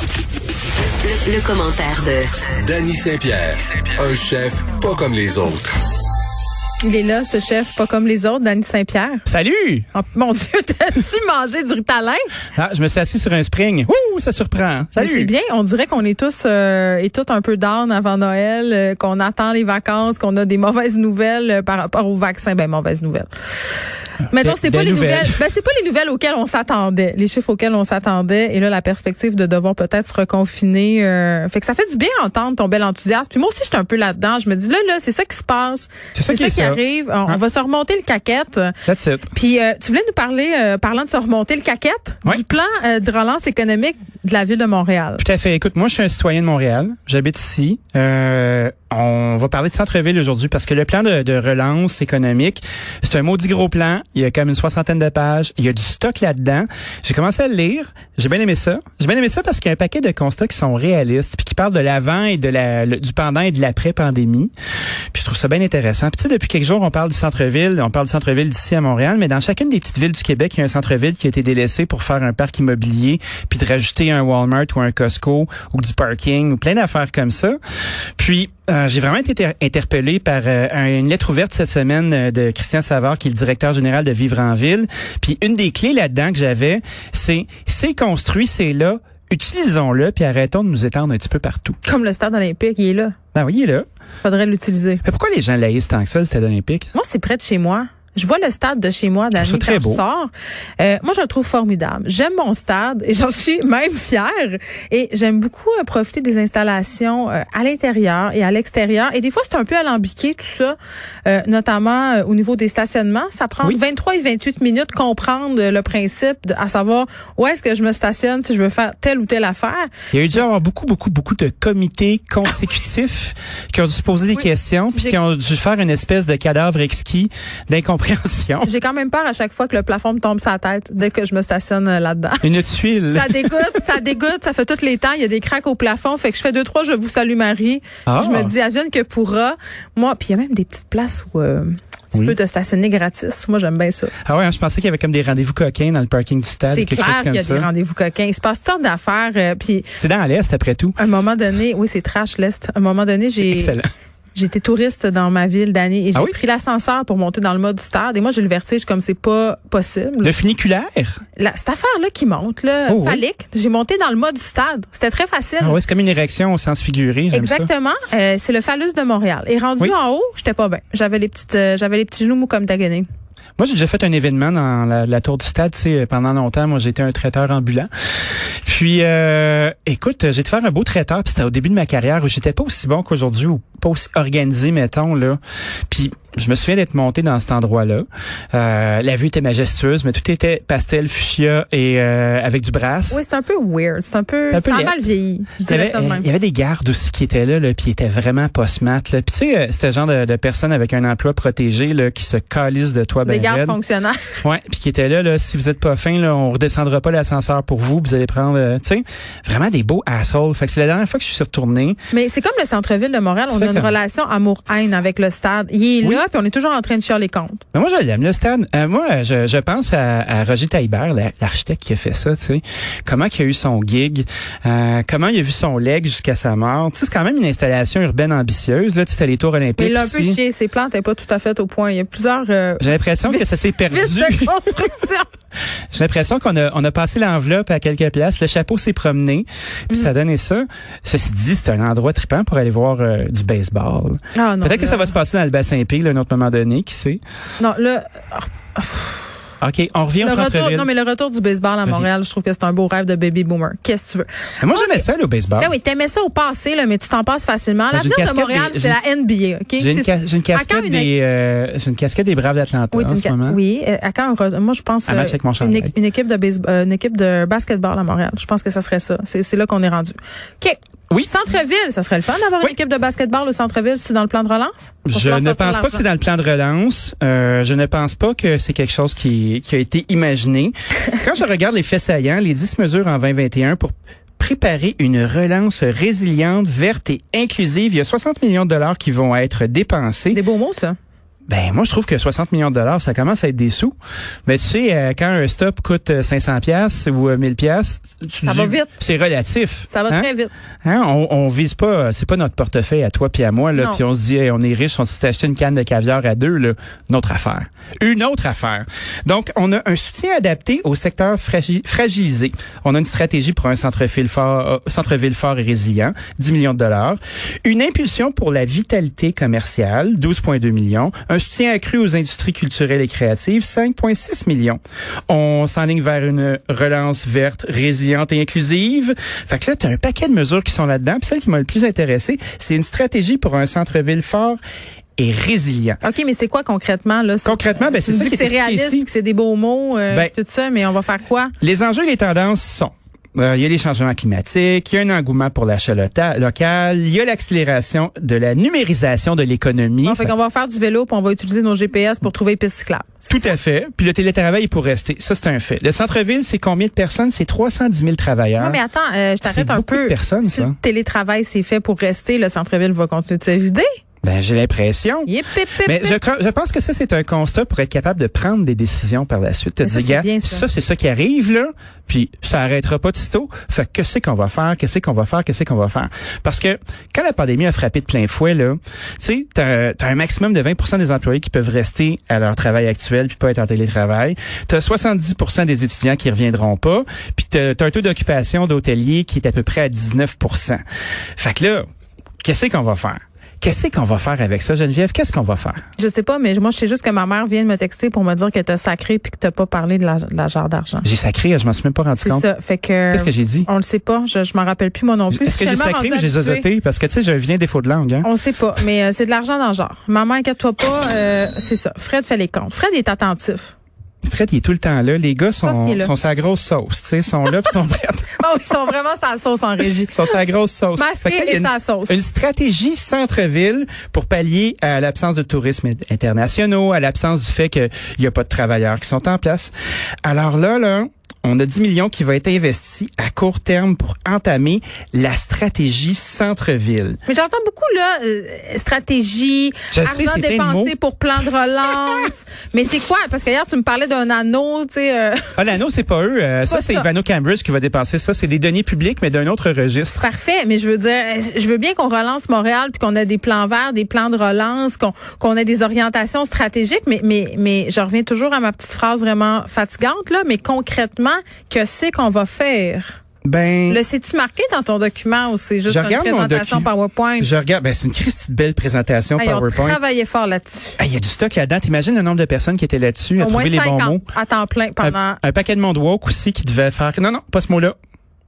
Le, le commentaire de Danny Saint-Pierre, un chef pas comme les autres. Il est là, ce chef, pas comme les autres, Danny Saint-Pierre. Salut! Oh, mon Dieu, t'as-tu mangé du ritalin? Ah, je me suis assis sur un spring. Ouh, ça surprend. Mais Salut! Ben, C'est bien, on dirait qu'on est tous euh, et toutes un peu down avant Noël, euh, qu'on attend les vacances, qu'on a des mauvaises nouvelles euh, par rapport au vaccin. Ben, mauvaises nouvelles. Maintenant, des- c'est pas des les nouvelles. nouvelles. Ben, c'est pas les nouvelles auxquelles on s'attendait, les chiffres auxquels on s'attendait, et là la perspective de devoir peut-être se reconfiner. euh, fait que ça fait du bien entendre ton bel enthousiasme. Puis moi aussi, j'étais un peu là-dedans. Je me dis là, là, c'est ça qui se passe. C'est ça qui est qui ça. arrive. On, on Hein? va se remonter le caquette. That's it. Puis euh, tu voulais nous parler, euh, parlant de se remonter le caquette, Ouais. du plan euh, de relance économique de la ville de Montréal. Tout à fait. Écoute, moi, je suis un citoyen de Montréal. J'habite ici. Euh, on va parler de centre-ville aujourd'hui parce que le plan de, de relance économique, c'est un maudit gros plan. Il y a comme une soixantaine de pages. Il y a du stock là-dedans. J'ai commencé à le lire. J'ai bien aimé ça. J'ai bien aimé ça parce qu'il y a un paquet de constats qui sont réalistes puis qui parlent de l'avant et de la, le- du pendant et de l'après-pandémie. Puis je trouve ça bien intéressant. Puis tu sais, depuis quelques jours, on parle du centre-ville. On parle du centre-ville d'ici à Montréal, mais dans chacune des petites villes du Québec, il y a un centre-ville qui a été délaissé pour faire un parc immobilier, puis de rajouter un Walmart ou un Costco ou du parking ou plein d'affaires comme ça. Puis euh, j'ai vraiment été inter- interpellé par euh, un- une lettre ouverte cette semaine euh, de Christian Savard, qui est le directeur général de Vivre en Ville. Puis une des clés là-dedans que j'avais, c'est c'est construit, c'est là. Utilisons-le, puis arrêtons de nous étendre un petit peu partout. Comme le stade olympique, il est là. Ben oui, il est là. Faudrait l'utiliser. Mais pourquoi les gens laïsent tant que ça, le stade olympique? Moi, c'est près de chez moi. Je vois le stade de chez moi trouve d'année ça très quand je beau. sors. Euh, moi, je le trouve formidable. J'aime mon stade et j'en suis même fière. Et j'aime beaucoup euh, profiter des installations euh, à l'intérieur et à l'extérieur. Et des fois, c'est un peu alambiqué tout ça, euh, notamment euh, au niveau des stationnements. Ça prend Oui. 23 et 28 minutes comprendre euh, le principe, de- à savoir où est-ce que je me stationne si je veux faire telle ou telle affaire. Il y a eu dû avoir beaucoup, beaucoup, beaucoup de comités consécutifs qui ont dû se poser des Oui. questions puis J'ai- qui ont dû faire une espèce de cadavre exquis d'incompréhension. J'ai quand même peur à chaque fois que le plafond me tombe sur la tête dès que je me stationne euh, là-dedans. Une tuile. Ça dégoûte, ça dégoûte, ça fait tous les temps. Il y a des cracks au plafond. Fait que je fais deux, trois, je vous salue Marie. Ah. Je me dis, advienne que pourra. Moi, puis il y a même des petites places où euh, tu Oui. peux te stationner gratis. Moi, j'aime bien ça. Ah ouais, hein, je pensais qu'il y avait comme des rendez-vous coquins dans le parking du stade C'est ou quelque clair chose qu'il comme y a des ça. rendez-vous coquins. Il se passe toutes sortes d'affaires. euh, puis C'est dans l'Est après tout. à un moment donné, oui, c'est trash l'Est. À un moment donné, j'ai... Excellent. J'étais touriste dans ma ville d'année et j'ai Ah oui? pris l'ascenseur pour monter dans le mode du stade. Et moi, j'ai le vertige comme c'est pas possible. Le funiculaire. La- cette affaire-là qui monte, là, Oh oui. phallique, j'ai monté dans le mode du stade. C'était très facile. Ah ouais, c'est comme une érection au sens figuré. J'aime ça. Exactement. Euh, c'est le phallus de Montréal. Et rendu Oui. en haut, j'étais pas bien. J'avais les petites, euh, j'avais les petits genoux mous comme tagonés. Moi, j'ai déjà fait un événement dans la, la tour du stade, tu sais, euh, pendant longtemps. Moi, j'étais un traiteur ambulant. Puis, euh, écoute, j'ai été faire un beau traiteur, puis c'était au début de ma carrière où j'étais pas aussi bon qu'aujourd'hui ou pas aussi organisé, mettons, là. Puis, je me souviens d'être monté dans cet endroit-là. Euh, la vue était majestueuse, mais tout était pastel, fuchsia et euh, avec du brass. Oui, c'est un peu weird. C'est un peu, C'est un peu ça a laid. mal vieilli. Je Il y, dirais avait, ça de euh, même. il y avait des gardes aussi qui étaient là, là puis ils étaient vraiment post-mat. là. Puis tu sais, euh, c'était le genre de, de personnes avec un emploi protégé là, qui se calisse de toi. Des ben gardes raide. fonctionnaires. Ouais, puis qui était là, là, si vous êtes pas fin, là, on redescendra pas l'ascenseur pour vous, puis vous allez prendre, euh, tu sais, vraiment des beaux assholes. Fait que c'est la dernière fois que je suis retourné. Mais c'est comme le centre-ville de Montréal. Tu On fais a une comme- relation amour-haine avec le stade. Il est Oui. là, puis on est toujours en train de chier les comptes. Mais moi, je l'aime, le stade. Euh, moi, euh, je, je pense à, à Roger Taillebert, la- l'architecte qui a fait ça, tu sais. Comment il a eu son gig, euh, comment il a vu son leg jusqu'à sa mort. Tu sais, c'est quand même une installation urbaine ambitieuse, là. Tu sais, t'as les tours Mais olympiques il a un peu ici. chié. Ses plans n'étaient pas tout à fait au point. Il y a plusieurs, euh, J'ai l'impression que ça s'est vices perdu. de construction. J'ai l'impression qu'on a, on a passé l'enveloppe à quelques places, le chapeau s'est promené, puis Mm. ça donnait ça. Ceci dit, c'est un endroit trippant pour aller voir euh, du baseball. Ah, non, Peut-être que là. ça va se passer dans le bassin P, là, à un autre moment donné, qui sait. Non, là, OK, on revient au le retour, centre-ville. non, mais le retour du baseball à Montréal, je trouve que c'est un beau rêve de baby boomer. Qu'est-ce que tu veux? Mais Moi, j'aimais ça, aller au baseball. Ah oui, t'aimais ça au passé, là, mais tu t'en passes facilement. Ben, j'ai L'avenir de une casquette Montréal, des- c'est la NBA, OK? J'ai une, C'est- ca- j'ai une à quand casquette une- des, euh, j'ai une casquette des Braves d'Atlanta Oui, en une ce ca- moment. oui, euh, à quand on re- moi je pense euh, Un match avec mon une, chandail. é- une équipe de baseball, une équipe de basketball à Montréal. Je pense que ça serait ça. C'est c'est là qu'on est rendu. OK. Oui. Centre-ville, ça serait le fun d'avoir Oui. une équipe de basketball au centre-ville, c'est dans le plan de relance Pour Je pouvoir ne sortir pense pas que l'argent. c'est dans le plan de relance. Euh, je ne pense pas que c'est quelque chose qui, qui a été imaginé. Quand je regarde les faits saillants, les 10 mesures en 2021 pour préparer une relance résiliente, verte et inclusive, il y a 60 millions de dollars qui vont être dépensés. des beaux mots ça. Ben moi je trouve que 60 millions de dollars ça commence à être des sous. Mais tu sais euh, quand un stop coûte euh, 500 pièces ou euh, 1000 pièces, tu Ça dis, va vite. c'est relatif. Ça va Hein? très vite. Hein? On, on vise pas, euh, c'est pas notre portefeuille à toi puis à moi là, Non. puis on se dit hey, on est riche, on s'est acheté une canne de caviar à deux là, notre affaire. Une autre affaire. Donc on a un soutien adapté au secteur fragi- fragilisé. On a une stratégie pour un centre-ville fort, euh, centre-ville fort et résilient, 10 millions de dollars, une impulsion pour la vitalité commerciale, 12.2 millions, un soutien accru aux industries culturelles et créatives, 5.6 millions. On s'enligne vers une relance verte, résiliente et inclusive. Fait que là, tu as un paquet de mesures qui sont là-dedans. Puis celle qui m'a le plus intéressé, c'est une stratégie pour un centre-ville fort et résilient. OK, mais c'est quoi concrètement, là? C'est- Concrètement, ben, c'est Tu me ça dis qui que est c'est expliqué réaliste, ici. puis que c'est des beaux mots, euh, Ben- tout ça, mais on va faire quoi? Les enjeux et les tendances sont euh, il y a les changements climatiques, il y a un engouement pour l'achat lota- local, il y a l'accélération de la numérisation de l'économie. Bon, fait qu'on va faire du vélo, puis on va utiliser nos GPS pour trouver les pistes cyclables. Tout à fait. Puis le télétravail est pour rester. Ça, c'est un fait. Le centre-ville, c'est combien de personnes? C'est 310 000 travailleurs. Non, mais attends, euh, je Hein? C'est t'arrête un beaucoup peu. de personnes, si ça. le télétravail s'est fait pour rester, le centre-ville va continuer de se vider. Ben, j'ai l'impression. Yip, yip, yip, Mais yip. je, cra- je pense que ça, c'est un constat pour être capable de prendre des décisions par la suite. Te Mais ça, dire, c'est gars, bien, ça. ça, c'est ça qui arrive, là, puis ça arrêtera pas de sitôt. Fait que c'est qu'on va faire, que c'est qu'on va faire, que c'est qu'on va faire. Parce que quand la pandémie a frappé de plein fouet, là, tu sais, t'as t'as un maximum de 20 des employés qui peuvent rester à leur travail actuel puis pas être en télétravail. T'as 70 des étudiants qui reviendront pas, puis t'as t'as un taux d'occupation d'hôteliers qui est à peu près à 19 Fait que là, qu'est-ce qu'on va faire? Qu'est-ce qu'on va faire avec ça, Geneviève? Qu'est-ce qu'on va faire? Je sais pas, mais moi, je sais juste que ma mère vient de me texter pour me dire que t'as sacré puis que t'as pas parlé de la, de la jarre d'argent. J'ai sacré, je m'en suis même pas rendu C'est compte. ça. Fait que. Qu'est-ce que j'ai dit? On le sait pas. Je, je m'en rappelle plus, moi non plus. Est-ce que Je j'ai suis tellement sacré ou rendue j'ai habituée. zozoté? Parce que tu sais, j'ai un vilain défaut de langue. Hein? On sait pas, mais euh, c'est de l'argent dans le genre. Maman, inquiète-toi pas, euh, c'est ça. Fred fait les comptes. Fred est attentif. Fred, il est tout le temps là. Les gars Oh. pense qu'il est sont, là. sont sa grosse sauce. tu sais, sont là pis sont prêts. Oh, ils sont vraiment sa sauce en régie. Ils sont sa grosse sauce. Masqué Fait que là, il y a et une- sa sauce. Une stratégie centre-ville pour pallier à l'absence de tourisme internationaux, à l'absence du fait qu'il n'y a pas de travailleurs qui sont en place. Alors là, là, on a 10 millions qui va être investi à court terme pour entamer la stratégie centre-ville. Mais j'entends beaucoup là euh, stratégie, Je sais, argent c'est plein de dépensé mots. pour plan de relance. mais c'est quoi Parce qu'hier tu me parlais d'un anneau, tu sais, euh, Ah, l'anneau, c'est pas eux. Euh, C'est ça, pas c'est ça. Ivano Cambridge qui va dépenser ça. C'est des deniers publics, mais d'un autre registre. parfait. Mais je veux dire, euh, je veux bien qu'on relance Montréal puis qu'on a des plans verts, des plans de relance, qu'on qu'on a des orientations stratégiques. Mais mais mais je reviens toujours à ma petite phrase vraiment fatigante là. Mais concrètement, que c'est qu'on va faire Ben, Le sais-tu marqué dans ton document ou c'est juste Je une regarde mon présentation docu- PowerPoint? je regarde. Ben, c'est une Christie de belle présentation Hey, on PowerPoint. travaillait fort là-dessus. Ah, Il y a du stock là-dedans. T'imagines le nombre de personnes qui étaient là-dessus à Au moins trouver les bons 50 mots. Euh, à temps plein pendant. Un, un paquet de monde woke aussi qui devait faire. Non, non, pas ce mot-là.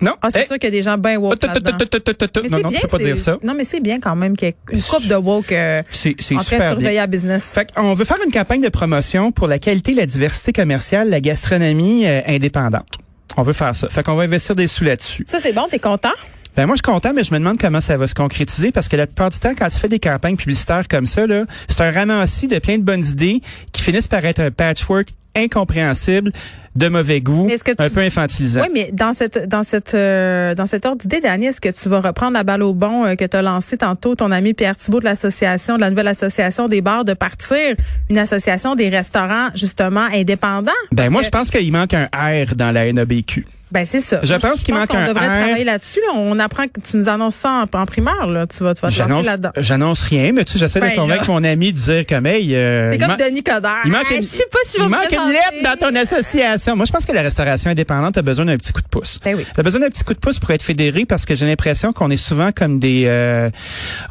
Non. Ah, c'est Hey. sûr qu'il y a des gens bien Oh, woke ta, ta, ta, là-dedans. ta, ta, ta, ta. Mais Non, c'est non, bien, tu peux pas c'est- dire ça. Non, mais c'est bien quand même qu'il y ait une C'est- coupe de woke euh, C'est c'est en train de super bien. surveiller la business. Fait on veut faire une campagne de promotion pour la qualité, la diversité commerciale, la gastronomie euh, indépendante. On veut faire ça. Fait qu'on va investir des sous là-dessus. Ça, c'est bon, t'es content? Ben moi, je suis content, mais je me demande comment ça va se concrétiser parce que la plupart du temps, quand tu fais des campagnes publicitaires comme ça, là, c'est un ramassis de plein de bonnes idées qui finissent par être un patchwork incompréhensible, de mauvais goût, Mais est-ce que tu- un peu infantilisant. Oui, mais dans cette dans cette euh, dans cet ordre d'idée, Dani, est-ce que tu vas reprendre la balle au bon euh, que t'as lancé tantôt ton ami Pierre Thibault de l'association, de la nouvelle association des bars, de partir une association des restaurants justement indépendants? Ben moi, je pense qu'il manque un R dans la NABQ. Ben c'est ça. Je Moi, pense qu'il manque qu'on un devrait R. travailler là-dessus. là. On apprend que tu nous annonces ça en, en primaire. Là. Tu vas, tu vas te lancer J'annonce, là-dedans. j'annonce rien, mais tu sais, j'essaie Ben de convaincre mon ami de dire comme, hey, euh, C'est il comme man- Denis Coderre. il manque Ah, une, Je sais pas si je il vais me Ah, manque une présenter. lettre dans ton association. Moi, je pense que la restauration indépendante a besoin d'un petit coup de pouce. Ben oui. T'as besoin d'un petit coup de pouce pour être fédéré parce que j'ai l'impression qu'on est souvent comme des, euh,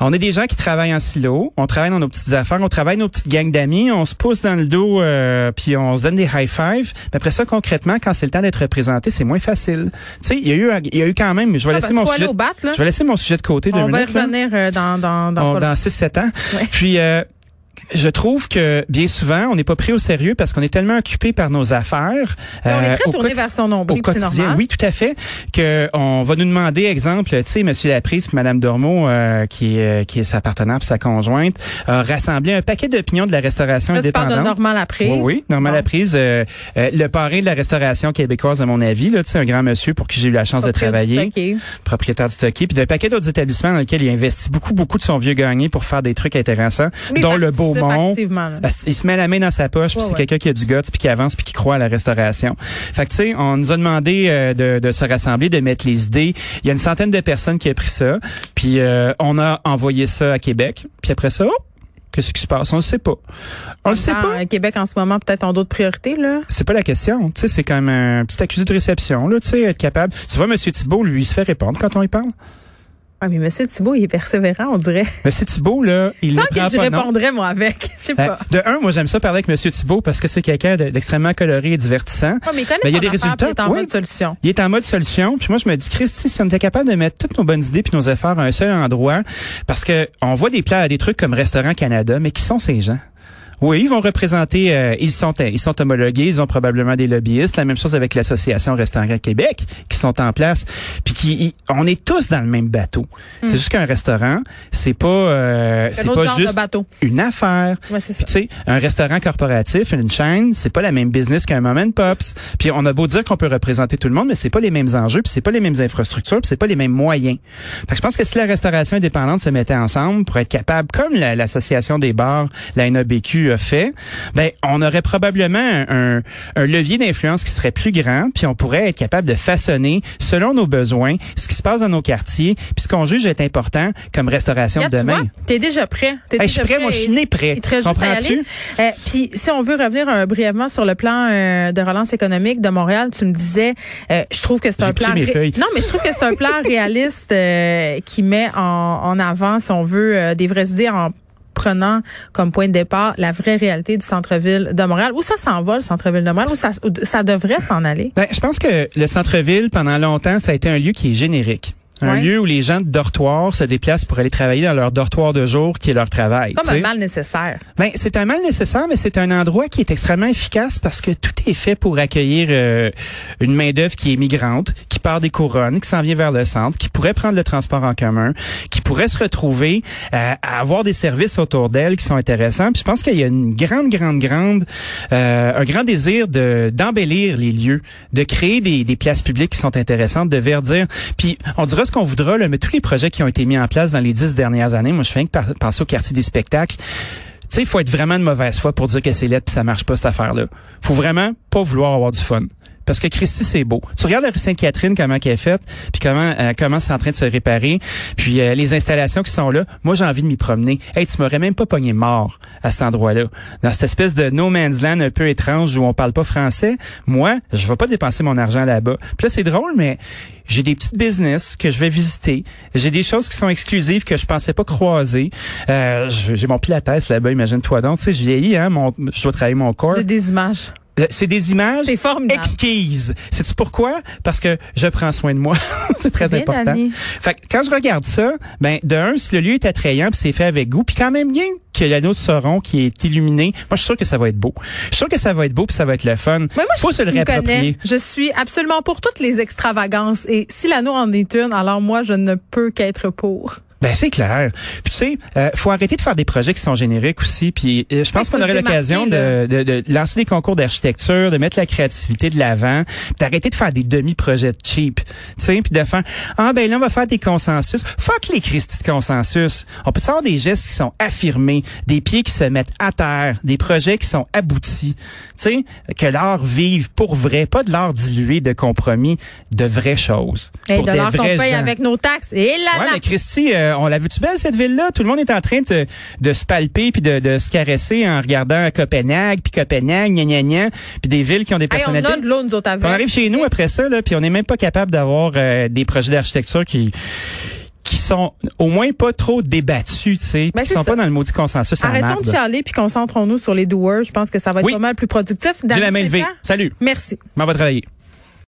on est des gens qui travaillent en silo, on travaille dans nos petites affaires, on travaille nos petites gangs d'amis, on se pousse dans le dos, euh, puis on se donne des high five. Mais après ça, concrètement, quand c'est le temps d'être représenté, c'est moins facile. Tu sais, il y a eu, un- il y a eu quand même. Je vais Ah, parce laisser qu'il mon faut aller sujet, au bat, là. je vais laisser mon sujet de côté. deux On va y minutes, là. revenir euh, dans, dans, dans, On- pas dans 6-7 ans. Ouais. Puis, euh, je trouve que bien souvent, on n'est pas pris au sérieux parce qu'on est tellement occupé par nos affaires. longtemps. on est euh, très au tourné quotidi- vers son au nombril, puis c'est quotidien. normal. Oui, tout à fait. Que on va nous demander, exemple, tu sais, Monsieur Laprise, puis Madame Dormeau, euh, qui est euh, qui est sa partenaire, puis sa conjointe, a rassemblé un paquet d'opinions de la restauration Là, tu parles de indépendante. Normand Laprise. Oui, oui, Normand Bon. Laprise, euh, euh, le parrain de la restauration québécoise, à mon avis, là, tu sais, un grand monsieur pour qui j'ai eu la chance de Propriétaire travailler du stocké. propriétaire du Toki, puis d'un paquet d'autres établissements dans lesquels il investit beaucoup, beaucoup de son vieux gagné pour faire des trucs intéressants, Lui, dont le participe participe beau Beaumont. Euh, Ah, activement, là. Il se met la main dans sa poche, puis Ouais, c'est ouais. quelqu'un qui a du guts, puis qui avance, puis qui croit à la restauration. Fait que, tu sais, on nous a demandé euh, de, de se rassembler, de mettre les idées. Il y a une centaine de personnes qui a pris ça, puis euh, on a envoyé ça à Québec. Puis après ça, oh, qu'est-ce qui se passe? On le sait pas. On le sait Ah, pas. euh, Québec en ce moment peut-être ont d'autres priorités là. C'est pas la question. Tu sais, c'est comme un petit accusé de réception, là, tu sais, être capable. Tu vois, M. Thibault, lui, il se fait répondre quand on lui parle. Ah, mais Monsieur Thibault, il est persévérant, on dirait. M. Thibault, là, il ne Tant prend que pas je non. répondrais moi avec, je sais Euh, pas. de un, moi j'aime ça parler avec M. Thibault parce que c'est quelqu'un de- d'extrêmement coloré et divertissant. Ouais, Ah, mais il connaît Mais il y a son des affaire, puis résultats, Il est en oui. mode solution. Il est en mode solution. Puis moi, je me dis, Christy, si on était capable de mettre toutes nos bonnes idées puis nos efforts à un seul endroit, parce que on voit des plats, des trucs comme Restaurant Canada, mais qui sont ces gens? Oui, ils vont représenter, euh, ils sont ils sont homologués, ils ont probablement des lobbyistes. La même chose avec l'association Restaurant Québec qui sont en place, puis qui, ils- on est tous dans le même bateau. C'est juste qu'un restaurant, c'est pas, euh, C'est c'est Hmm. un autre pas genre juste de bateau. une affaire. Ouais, c'est ça. Puis tu sais, un restaurant corporatif, une chaîne, c'est pas la même business qu'un moment pops. Puis on a beau dire qu'on peut représenter tout le monde, mais c'est pas les mêmes enjeux, puis c'est pas les mêmes infrastructures, puis c'est pas les mêmes moyens. Fait que je pense que si la restauration indépendante se mettait ensemble pour être capable, comme la- l'association des bars, la NABQ a fait, ben on aurait probablement un, un- un levier d'influence qui serait plus grand, puis on pourrait être capable de façonner selon nos besoins ce qui se passe dans nos quartiers, puis ce qu'on juge être important comme restauration Regarde, de tu demain. vois, t'es déjà prêt. T'es Hey, je déjà suis prêt, moi, je suis né prêt. Il te reste juste à y Comprends-tu? aller. Euh, Puis, si on veut revenir euh, brièvement sur le plan euh, de relance économique de Montréal, tu me disais, euh, je trouve que c'est J'ai un pitché plan. mes feuilles. Non, mais je trouve que c'est un plan réaliste euh, qui met en, en avant, si on veut, euh, des vraies idées en prenant comme point de départ la vraie réalité du centre-ville de Montréal. Où ça s'en va, le centre-ville de Montréal? Où ça, où ça devrait s'en aller? Ben, je pense que le centre-ville, pendant longtemps, ça a été un lieu qui est générique. Un Ouais. lieu où les gens de dortoir se déplacent pour aller travailler dans leur dortoir de jour, qui est leur travail. Comme tu sais. un mal nécessaire. Ben, c'est un mal nécessaire, mais c'est un endroit qui est extrêmement efficace parce que tout est fait pour accueillir euh, une main d'œuvre qui est migrante, qui part des couronnes, qui s'en vient vers le centre, qui pourrait prendre le transport en commun, qui pourrait se retrouver euh, à avoir des services autour d'elle qui sont intéressants. Puis je pense qu'il y a une grande, grande, grande, euh, un grand désir de d'embellir les lieux, de créer des, des places publiques qui sont intéressantes, de verdir. Puis on dira ce qu'on voudra, là, mais tous les projets qui ont été mis en place dans les dix dernières années, moi je fais rien que par- penser au quartier des spectacles. Tu sais, il faut être vraiment de mauvaise foi pour dire que c'est lettre puis ça marche pas cette affaire-là. Faut vraiment pas vouloir avoir du fun. Parce que Christy, c'est beau. Tu regardes la rue Sainte-Catherine, comment elle est faite, puis comment euh, comment c'est en train de se réparer, puis euh, les installations qui sont là. Moi, j'ai envie de m'y promener. Hey, tu m'aurais même pas pogné mort à cet endroit-là. Dans Ah, cette espèce de no man's land un peu étrange où on parle pas français, moi, je vais pas dépenser mon argent là-bas. Puis là, c'est drôle, mais j'ai des petites business que je vais visiter. J'ai des choses qui sont exclusives que je pensais pas croiser. Euh, je- j'ai mon pilates là-bas, imagine-toi donc. Tu sais, je vieillis, hein, mon, je dois travailler mon corps. J'ai des images. Euh, C'est des images C'est formidable. exquises. Sais-tu pourquoi? Parce que je prends soin de moi. c'est très bien, important. Dani. Fait que quand je regarde ça, ben de un, si le lieu est attrayant, puis c'est fait avec goût, puis quand même bien que l'anneau de Sauron qui est illuminé, moi je suis sûr que ça va être beau. Je suis sûr que ça va être beau puis ça va être le fun. Mais moi, Faut je, se le tu me réapproprier. connais. Je suis absolument pour toutes les extravagances. Et si l'anneau en est une, alors moi, je ne peux qu'être pour. Ben c'est clair. Puis tu sais, euh, faut arrêter de faire des projets qui sont génériques aussi. Puis euh, je pense faut qu'on se aurait l'occasion de, démarquer, de, de lancer des concours d'architecture, de mettre la créativité de l'avant, puis d'arrêter de faire des demi-projets cheap. Tu sais, puis de faire ah ben là on va faire des consensus. Fuck les Christie de consensus. On peut savoir des gestes qui sont affirmés, des pieds qui se mettent à terre, des projets qui sont aboutis. Tu sais, que l'art vive pour vrai, pas de l'art dilué de compromis, de vraies choses. Et pour de des l'or qu'on vrais paye gens. avec nos taxes. Et là, Ouais, là. mais Christy, euh, on la vu-tu belle, cette ville-là? Tout le monde est en train de, de se palper puis de, de se caresser en regardant Copenhague, puis Copenhague, gna gna gna, puis des villes qui ont des Hey, on personnalités. a de l'eau, nous autres, Puis avec. on arrive chez nous après ça, là, puis on n'est même pas capable d'avoir euh, des projets d'architecture qui qui sont au moins pas trop débattus, tu sais, Ben, puis qui c'est sont ça. pas dans le maudit consensus à la Arrêtons marde. de chialer puis concentrons-nous sur les doers. Je pense que ça va être Oui. pas mal plus productif. J'ai Dani, la main c'est levée. le temps? Salut, Merci. m'en va travailler.